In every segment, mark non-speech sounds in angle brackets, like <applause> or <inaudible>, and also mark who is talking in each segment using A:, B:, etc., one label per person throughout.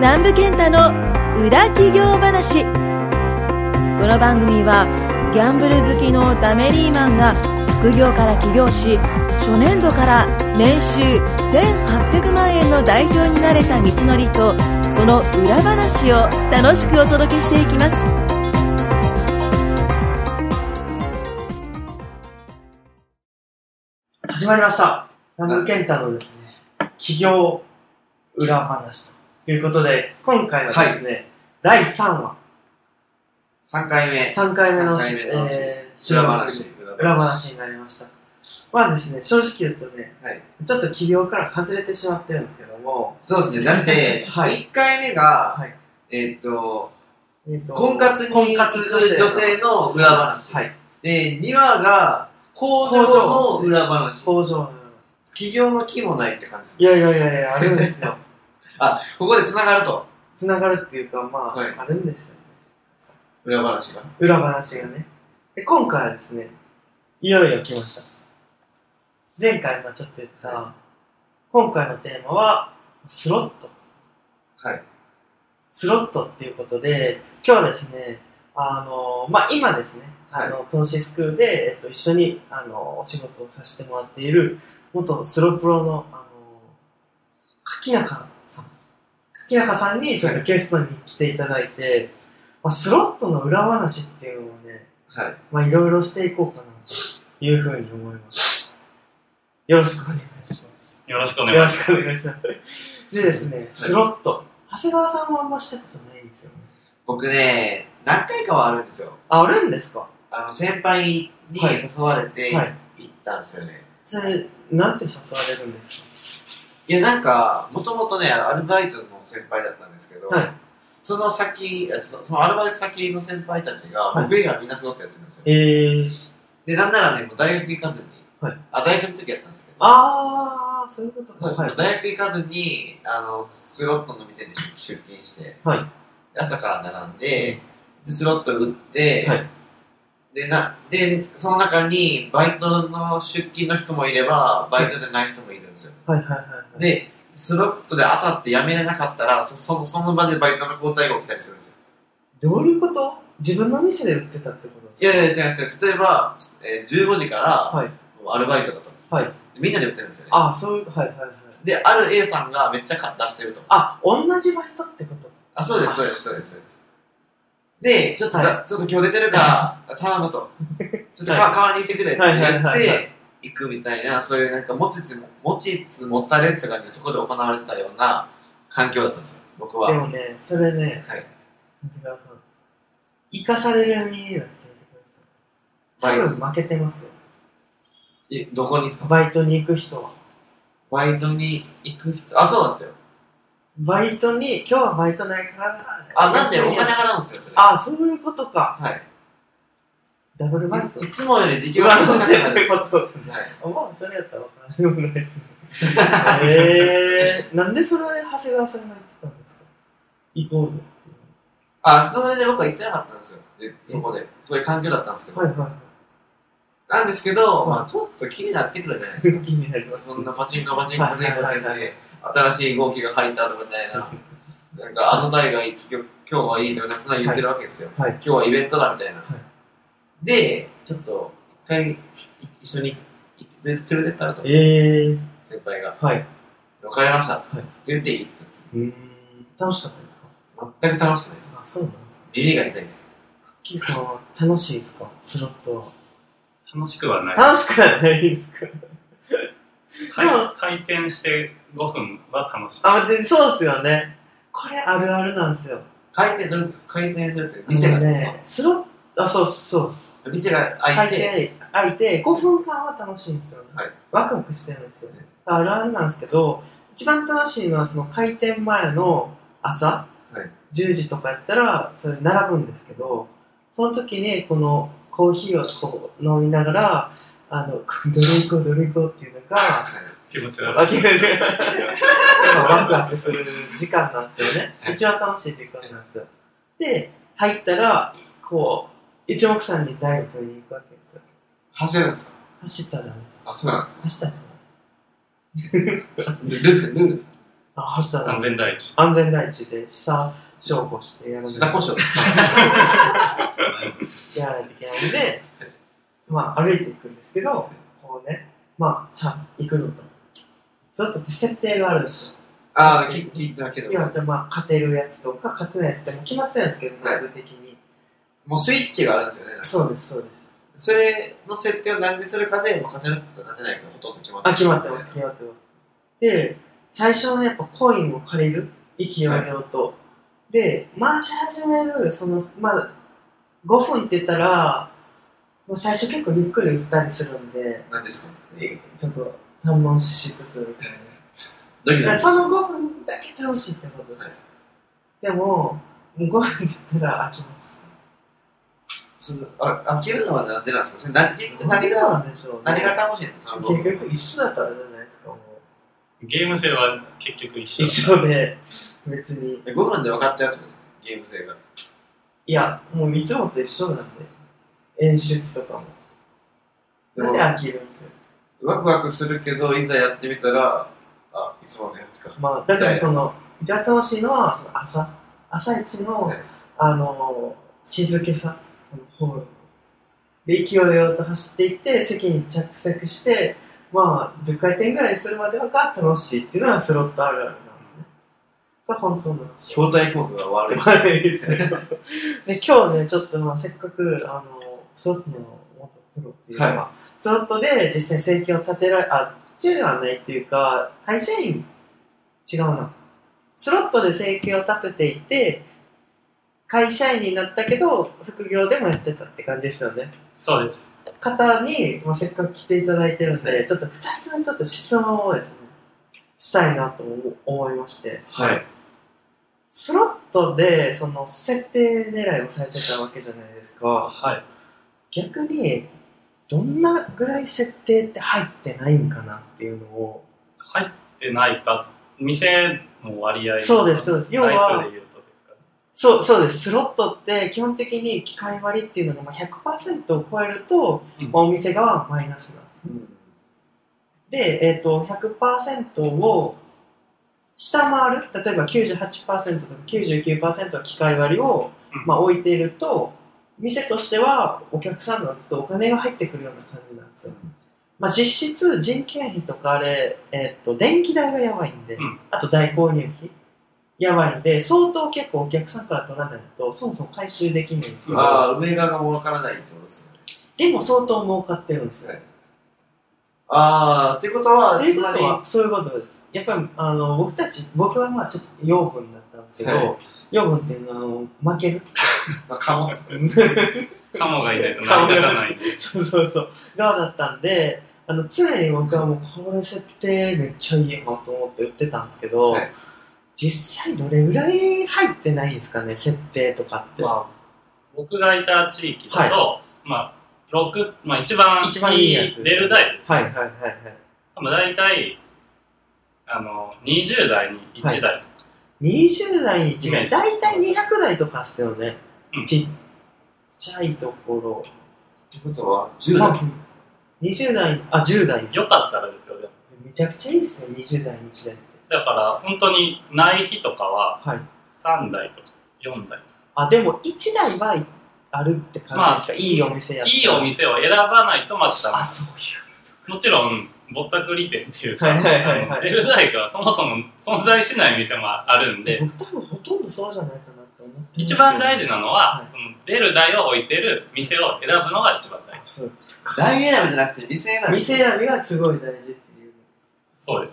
A: 南部健太の裏企業話この番組はギャンブル好きのダメリーマンが副業から起業し初年度から年収1800万円の代表になれた道のりとその裏話を楽しくお届けしていきます
B: 始まりました。南部健太のですね、企業裏話ということで、今回はですね、第3話、
C: 3回目。
B: 3回目の
C: 三回目の
B: えー
C: 裏話。
B: 裏話になりました。まあですね、正直言うとね、
C: はい。
B: ちょっと企業から外れてしまってるんですけども、
C: そうですね。だって、
B: はい
C: 1回目が、
B: はい
C: えーっと、
B: えーと
C: 婚活に
B: 婚
C: 行
B: 活
C: く女性の裏話。
B: はい、
C: で、2話が、工場の裏話。
B: 工場の。
C: 企業の木もないって感じです
B: い。やいやいやいや、あるんですよ。
C: ここで繋がると。
B: つながるっていうか、まあ、
C: はい
B: あるんですよね。
C: 裏話が。
B: 裏話がね。で今回はですね、いよいよ来ました。前回もちょっと言った、
C: は
B: 今回のテーマは、スロット。
C: はい。
B: スロットっていうことで、今日はですね、あの、まあ、今ですね、あの、投資スクールで、えっと、一緒に、あの、お仕事をさせてもらっている、元スロプロの、あの、柿中さん。柿中さんに、ちょっとゲストに来ていただいて、まあ、スロットの裏話っていうのをね、
C: はい。
B: まあ、いろいろしていこうかなというふうに思います。よろしくお願いします。
D: よろしくお願い
B: よ
D: し
B: ろしくお
D: ます。
B: 願いします。でですね、スロット。長谷川さんはあんましたことないんですよね。
C: 僕ね、何回かはあるんですよ。
B: あ、あるんですか
C: あの、先輩に
B: はい
C: 誘われて、
B: はい。
C: 行ったんですよね。
B: それ、なんて誘われるんです
C: いや、なんか、もともとね、あのアルバイトの先輩だったんですけど、
B: かはい。
C: その先、あそそのアルバイト先の先輩たちが、
B: はい
C: 僕以外はみんなそろってやってるんですよ。
B: えー、
C: で、なんならね、もう大学行かずに、
B: はい
C: あ、大学の時やったんですけど、
B: あー、そういうこと
C: そうです
B: か。はい。
C: 大学行かずに、あの、スロットの店で出出勤して、
B: はい
C: で朝から並んで、で、スロット打って、
B: はい
C: で、な、で、その中に、バイトの出勤の人もいれば、バイトじゃない人もいるんですよ。
B: はいはいはい。はい、
C: で、スロットで当たって辞めれなかったら、そそのその場でバイトの交代が起きたりするんですよ。
B: どういうこと自分の店で売ってたってことです
C: い
B: か
C: やいや、違う違う。例えば、えー15時から、
B: はい
C: もうアルバイトだと。
B: はい
C: みんなで売ってるんですよね。
B: あー、そういう、はいはいはい。
C: で、ある A さんがめっちゃ買出してると。
B: あ、同じバイトってこと
C: あ、そうです、そうです、そうです。そうですで、ちょっと、
B: はい
C: だちょっと今日出てるから、頼むと。ちょっとか、
B: はい
C: 代わりに行ってくれって
B: はいはい
C: 言っ
B: はいは
C: て、行くみたいな、そういうなんか持ちつ、持ちつ持たれつがね、そこで行われてたような環境だったんですよ、僕は。
B: でもね、それね、
C: はい
B: 長谷川さん、生かされる身になってみてください。多分負けてますよ。
C: えどこにですか
B: バイトに行く人は。
C: バイトに行く人、あ、そうなんですよ。
B: バイトに、今日はバイトないから。
C: あ、なんでお金
B: が。
C: 払うんですよ、それ。
B: あ、そういうことか。
C: はい。
B: ダブルバイト
C: い。つもより時給
B: 上
C: が
B: 乗
C: 高
B: せ
C: い
B: ってことですね。
C: はい。
B: あまあ、それやったら分からんでもないです <laughs> ね。えー、なんでそれ長谷川さんが言ってたんですか行こうよ。
C: あ、それで僕は行ってなかったんですよ。で、そこで。そういう環境だったんですけど。
B: はいはいはい
C: なんですけど、まあ、ちょっと気になってくるじゃないです
B: <laughs>
C: か。。
B: 気になります。
C: そんなパチンコパチンコパチンコ
B: はい
C: 入っ
B: はいはい
C: て、新しい号機が入ったとかみたいな、なんかあの台がいい、今日今日はいいとか、なんかそんな言ってるわけですよ。
B: はい
C: 今日はイベントだみたいな。
B: は
C: で、ちょっと、一回い一緒にい連れてったらと、
B: えー、
C: 先輩が、
B: はい。
C: わかりました。
B: い
C: って言っていいって言ったんですよ。
B: うーん、楽しかったですか
C: 全く楽しくないです。
B: あ、そうなんですね。
C: ビビが痛いです。
B: キーさんは楽しいですかスロット
D: 楽しくはない。
B: は。楽しくはないですか
D: 回
B: でも
D: 回転して5分は楽しい。
B: あ、で、そうっすよね。これあるあるなんですよ。
C: 回転、どういうことですか回転するって、店
B: あ
C: が、
B: のね、スロット、あ、そうっすそうっす。
C: 店が開
B: 開
C: い
B: い
C: て、
B: て、開いて、5分間は楽しいんですよね。
C: はい
B: ワクワクしてるんですよね。あるあるなんですけど、一番楽しいのはその開店前の朝、
C: はい
B: 10時とかやったら、それ並ぶんですけど、その時にこのコーヒーをこう飲みながら、あの、どれ行こう、どれ行こうっていうのが、
D: 気持ち悪
B: わ
D: い。
B: けが違う。やっぱワクワクする時間なんですよね。一番楽しい時間なんですよ。で、入ったら、こう、一目散にダイブ取りに行くわけですよ。
C: 走るんですか
B: 走ったらダメです
C: あ、。そうなんですか
B: 走ったらダメ。
C: ルール、ルールですか
B: あ、走ったら
D: 安全第一。
B: 安全第一で、下消防してやらない
C: 膝故障
B: やらないといけないんで、まあ、歩いていくんですけど、こうね、まあ、さあ、行くぞと。ちょっと設定があるんですよ。
C: ああ、き聞いたけど。
B: 今ってまあ、勝てるやつとか、勝てないやつってもう決まってるんですけど、内部的に。
C: もうスイッチがあるんですよね。
B: そうです、そうです。
C: それの設定を何にするかで、まあ、勝てるか勝てないかほとんど決まって
B: あ、決まってます、決まってます。で、最初のやっぱコインを借りる、息を上げようと。で、回し始める、その、まあ、5分って言ったら、もう最初結構ゆっくり行ったりするんで、
C: なんですか
B: えちょっと堪能しつつみたいな。
C: ドキドキ。
B: その5分だけ楽しいってことです。でも、もう5分って言ったら飽きます。
C: そのあ、飽きるのはなんでなんですかそれ何何が、
B: なんでしょう、ね、
C: 何が楽しいんですかその
B: 結局一緒だからじゃないですか、もう。
D: ゲーム性は結局一緒だ。
B: 一緒で、別に。
C: 5分で分かっちゃうってことですねゲーム性が。
B: いや、もういつもと一緒なんで。演出とかも。なんで飽きるんですよ。
C: ワクワクするけど、いざやってみたら、あ、いつものやつか。
B: まあ、だからその、一番楽しいのは、その朝、朝一の
C: はい、
B: あの、静けさ、このホールの。で、勢いよと走っていって、席に着席して、まあ、10回転ぐらいするまではが楽しいっていうのはスロットあるあるなんですね。が本当なんですよ。
C: 表体効果が悪い。
B: 悪いですね。 <laughs> で、今日ね、ちょっとまあ、せっかく、あの、スロットの元プロっていうのは、
C: は
B: スロットで実際生計を立てられ、あ、っていうのはないっていうか、会社員、違うな。スロットで生計を立てていて、会社員になったけど、副業でもやってたって感じですよね。
D: そうです。
B: 方に、まあ、せっかく来ていただいてるんで、ちょっと2つちょっと質問をですね、したいなと思思いまして。
C: はい。
B: スロットでその設定狙いをされてたわけじゃないですか
D: はい。
B: 逆にどんなぐらい設定って入ってないんかなっていうのを
D: 入ってないか、店の割合
B: そうですそうです要は
D: 台数で言うとですかね。
B: そうそうですスロットって基本的に機械割りっていうのがまあ100%を超えると、
D: うん
B: まあお店がマイナスなんですね
C: うん
B: で、えー、と100%を下回る例えば98%とか99%は機械割りを、
D: うん
B: まあ、置いていると店としてはお客さんのちょっとお金が入ってくるような感じなんですよ、まあ、実質人件費とかあれ、えー、と電気代がやばいんで、
D: うん
B: あと大購入費やばいんで相当結構お客さんから取らないとそもそも回収できないんですよ
C: ああ、上側が分からないってことですよね。
B: でも相当儲かってるんですよ
C: ああ、ってことは、
B: ってい
C: つ
B: うこ
C: まり
B: と、はそういうことですやっぱりあの僕たち僕はまあちょっと養分だったんですけど、
C: はい
B: 養分っていうのは負ける <laughs>
C: まあ、かもす。
D: カモがいないと成り立たない。
B: そうそうそう側だったんであの常に僕はもうこれ設定めっちゃいいなと思って売ってたんですけど、
C: はい
B: 実際どれぐらい入ってないんですかね設定とかって、
D: まあ、僕がいた地域だと、まあ、六まあ一番
B: 一番いいやつです
D: 出る台です。
B: はいはいはいはい
D: 多分大体、あの、20代に1台とか、
B: 20代に1
D: イメー
B: 台
D: ジ
B: 大体200台とかっすよね、
D: うん
B: ちっちゃいところ
C: ってことは、10
B: ま
C: 代。
B: あ20代、あ、10代。
D: よかったらですよ、でも。
B: めちゃくちゃいいですよ、20代、1代って。
D: だから、本当にない日とかは、
B: はい。
D: 3台とか、4台とか。
B: あ、でも1台はあるって感じですか、いいお店やったら
D: いいお店を選ばないとまずダメ
B: あ、そうい
D: もちろん、ぼったくり店っていうか、
B: はいはいはいはい
D: あの出る台がそもそも存在しない店もあるん
B: う。で
D: で、
B: 僕多分ほとんどそうじゃないかなって思ってますけど
D: 一番大事なのは、
B: はい
D: その出る台を置いてる店を選ぶのが一番大
B: あ
D: 事。
B: そう
C: 大選びじゃなくて、店選び。
B: 店選びがすごい大事っていう。
D: そうで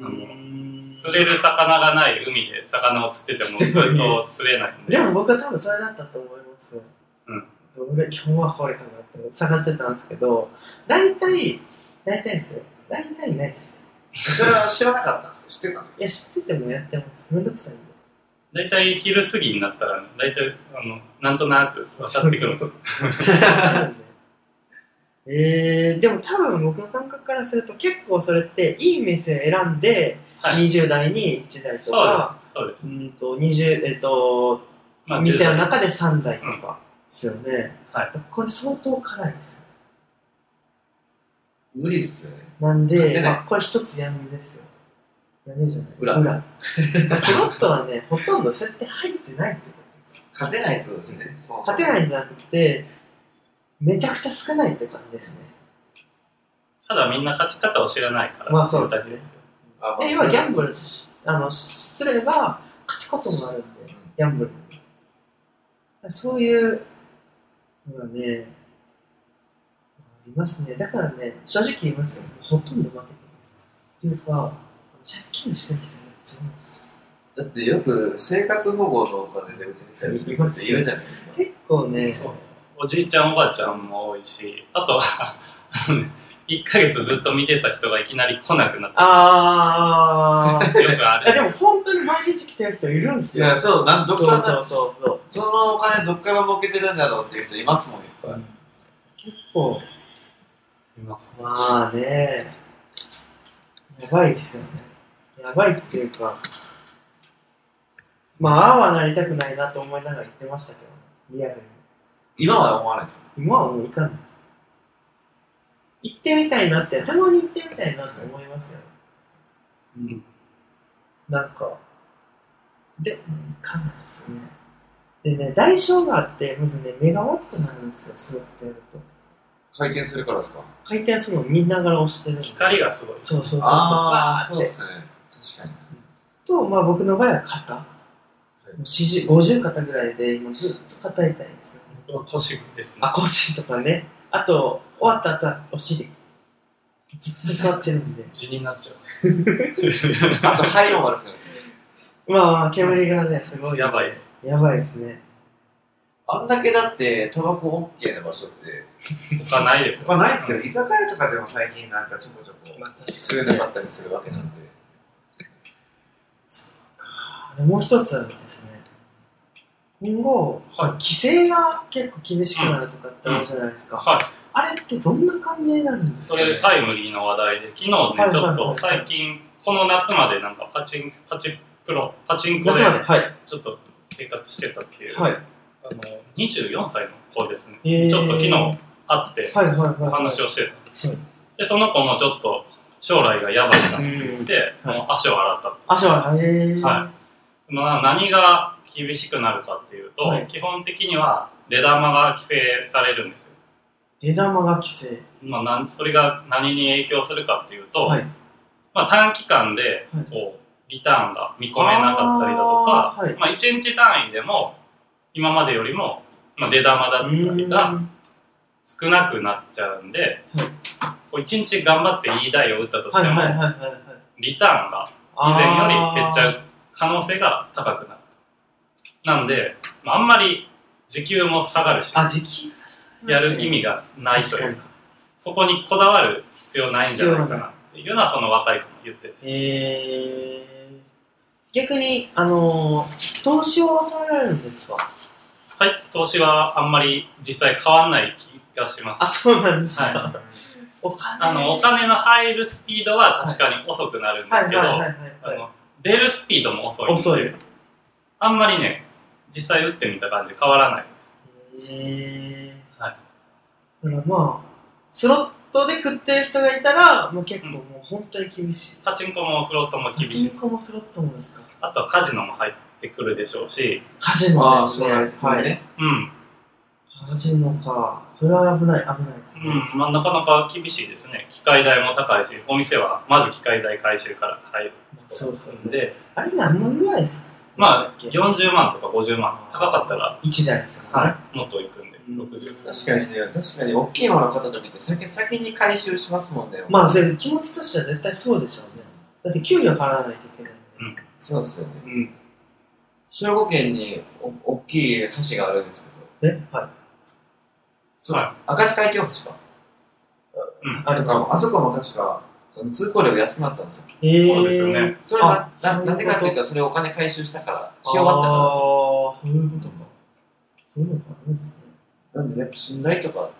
B: うーん
D: す。釣れる魚がない海で魚を釣ってても、ずっと釣れないんで。
B: でも僕は多分それだったと思いますよ。
D: うん
B: どれ。今日はこれかなって探してたんですけど、大体、大体ですよ。大体ないっすよ。
C: それは知らなかったんですか知ってたんですか
B: いや、知っててもやってます。めんどくさいんで。
D: 大体昼過ぎになったら、大体、あの、なんとなく分かってくるんですよ。
B: <laughs> えー、でも多分僕の感覚からすると結構それっていい店を選んで
D: はい
B: 20代に1台とか、
D: そうです。
B: うーんと20えっと
D: まあ、
B: 店の
D: 10
B: 中で3台とかですよね、
D: は
B: これ相当辛いですよ
C: 無理っすよね。
B: なん
C: 勝
B: で、
C: てない
B: まあこれ一つ闇ですよ闇じゃない
C: 裏
B: 裏スロットはね <laughs> ほとんど設定入ってないってことです
C: 勝てないってことですね。そう
B: 勝てないんじゃなくてめちゃくちゃ少ないって感じですね
D: ただみんな勝ち方を知らないから。
B: まあそうですね
D: よ
C: あまあ
B: で今ギャンブルしあのすれば勝つこともあるんでギャンブルそういうのがねありますねだからね正直言いますよほとんど負けてますっていうか借金してる人めっちゃいます
C: だってよく生活保護のお金でうちにいたりする人っているじゃないですか。
B: 結構ね
D: そうおじいちゃんおばあちゃんも多いし、あとは、 <laughs> あのね1ヶ月ずっと見てた人がいきなり来なくなっ
B: あー
D: た。よくあ
B: いやで
D: る。
B: も本当に毎日来てる人いるんです
C: い
B: よ
C: や、そう、なんどっ
B: そ
C: か
B: う
C: ら
B: そうそうそう
C: そのお金どっから儲けてるんだろうっていう人いますもん、いっぱい。
B: 結構
D: います
B: まあね、やばいですよね。やばいっていうか、まあ、ああはなりたくないなと思いながら言ってましたけど、リアルに。
C: 今は思わないですか
B: 今はもう行かないです。行ってみたいなって、たまに行ってみたいなって思いますよね。
D: うん
B: なんか、でも行かないですね。でね、代償があって、まずね、目が悪くなるんですよ、座ってやると。
C: 回転するからですか
B: 回転するのを見ながら押してるんで
D: 光がすごい。
B: そうそうそうそう。
C: ああ、
B: バーっ
C: そう
B: て
C: ですね。確かに。
B: と、まあ、僕の場合は肩、もう40 50肩ぐらいでもうずっと肩痛いんですよ、ね、
D: 僕は腰ですね
B: あ。腰とかねあと終わった後はお尻ずっと座ってるんで
D: 地にな
B: <laughs>
D: っちゃ
C: あと、肺も悪くないですね。
B: まあ煙がねすご
D: う。
B: い
D: やばいです。
B: やばいですね
C: あんだけだって、タバコ OK な場所って、
D: 他ないですよ。
C: 他ないですよ。居酒屋とかでも最近なんかちょこちょこ
B: まあ確か
C: 吸えなかったりするわけなんで。
B: にもう一つはですね今後、その規制が結構厳しくなるとかってあるじゃないですか、
D: はい。
B: あれってどんな感じになるんです
D: そ
B: か
D: れでタイムリーの話題で、昨日ね、
B: はい
D: ちょっ
B: はいは
D: と
B: い
D: 最近、この夏までなんかパチン、パチプロ、パチンコ
B: 夏ま
D: で
B: ではい
D: ちょっと生活してたっていう、
B: はい
D: あの24歳の子ですね、
B: えー
D: ちょっと昨日会って
B: はいはいはい
D: お
B: はい
D: 話をしてたんです、
B: はい
D: で、その子もちょっと将来がやばいなって言って、
B: うんはい
D: あの足を洗ったって。
B: 足はえー、
D: はまあ、何が厳しくなるかっていうと、
B: はい
D: 基本的には出玉が規制されるんですよ。
B: 出玉が規制
D: まあ、なんそれが何に影響するかっていうと、
B: はい
D: まあ、短期間で
B: はい
D: こうリターンが見込めなかったりだと
B: あ
D: か、
B: ーはい
D: まあ、1日単位でも今までよりも、まあ、出玉だったり
B: う
D: が
B: ん
D: 少なくなっちゃうんで、
B: はい
D: こう1日頑張っていい台を打ったとしても、
B: はいはいはいはいはい
D: リターンが以前より減っちゃう可能性が高くなる。なんで、まあ、あんまり時給も下がるし、
B: あーあ時給が下がり
D: や
B: ますね
D: る意味がないという
B: 確か
D: そこにこだわる必要ないんじゃないかなっていうのはその若い子も言ってて。
B: にえー、逆にあのー、投資は抑えられるんですか
D: はい、投資はあんまり実際変わんない気がします。
B: あそうなんですか、
D: は
B: お金
D: あの、お金の入るスピードは確かに遅くなるんで
B: はい
D: す
B: は
D: け
B: い
D: ど、
B: はい
D: あ
B: はいは
D: の出るスピードも遅い。
B: い遅いえ
D: あんまりね、実際打ってみた感じ変わらない。
B: ー、
D: はい
B: だからまあスロットで食ってる人がいたらもう結構もう本当に厳しい、
D: パチンコもスロットも
B: パ
D: 厳
B: チ
D: し
B: ン
D: い。
B: コもスロットもですか
D: あとはカジノも入ってくるでしょうし、
B: カジノですねはい
C: ね。
D: うん、
B: カジノか。それは危ない、危ないです
D: う
B: ね。
D: ん、まあ、なかなか厳しいですね。機械代も高いし、お店はまず機械代回収から入る
B: まあ、そうそ
D: ん
B: う。で、
D: で、
B: あれ何万ぐらいですか
D: まあ、40万とか50万、高かったら、
B: 1台ですからね。
D: はい、もっといくんで、60とか。
C: 確かにね、確かに大きいもの買った時って先先に回収しますもんね。
B: まあ、それ気持ちとしては絶対そうでしょうね。だって給料払わないといけないんで。
C: そうですよね。
B: うん。
C: 兵庫県にお大きい橋があるんですけど、
B: えは
C: そう
D: は
C: 明石海峡橋か。
D: うん
B: い。あ
C: と
B: れ
C: かも
B: か。
C: あそこも確かその通行料が安くなったんですよ。
B: えー
D: そうですよね。
C: それは
B: あ
C: なななんでかって言ったらそれお金回収したから、し終わったから
B: あ
C: ですよ
B: あ、そういうことか。そういうのがあるんですね。
C: なんでやっぱ信頼とか、やっ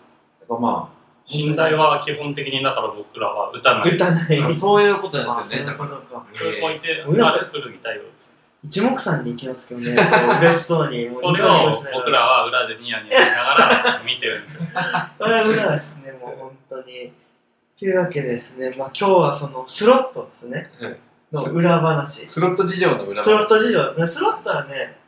C: ぱま
D: 信頼は基本的にだから僕らは打たない。
B: 打たな
C: あ、
B: い。
C: そういうことな
B: あ
C: んです
B: そう
C: よね。
B: い
C: だ
B: う
C: か
B: ことか。
D: 空港行って、
B: 親
D: まあ古着対応です。
B: 一目散に行きますけど
D: <laughs>
B: ね。こう嬉しそうに。もう
D: それ
B: ニコニコ
D: を
B: しなが
D: 僕らは裏でニヤニヤしながら見てるんですよ。
B: これは裏ですね、もう本当に。というわけでですね、まあ今日はそのスロットですね。
C: はい
B: の裏話。
C: スロット事情の裏
B: スロット事情。スロットはね、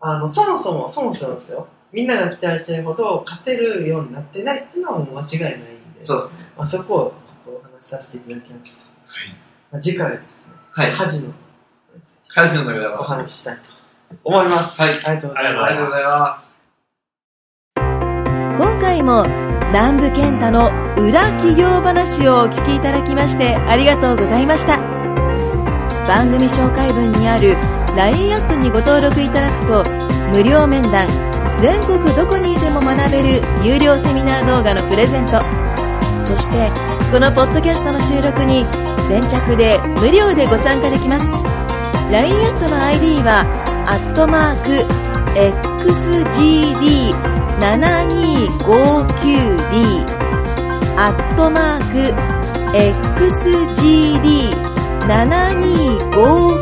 B: あの、そもそも、そもそもですよ。みんなが期待してるほど勝てるようになってないっていうのはもう間違いないんで、
C: そうですね。
B: まあ、そこをちょっとお話しさせていただきました。
C: はい
B: まあ、次回はですね、
C: はい。
B: カジノの
C: カジノの裏
B: お
C: 話。
B: 話ししたいと思います。
C: はい
B: ありがとうござい
C: あ
B: ま
C: りが
B: す
C: とう。ございます。
A: 今回も南部健太の裏企業話をお聞きいただきましてありがとうございました番組紹介文にある LINE アップにご登録いただくと無料面談全国どこにいても学べる有料セミナー動画のプレゼントそしてこのポッドキャストの収録に先着で無料でご参加できます LINE アットの ID はアットマーク XGD 7259D アットマーク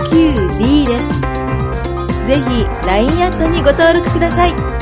A: XGD7259D ですぜひ LINE アットにご登録ください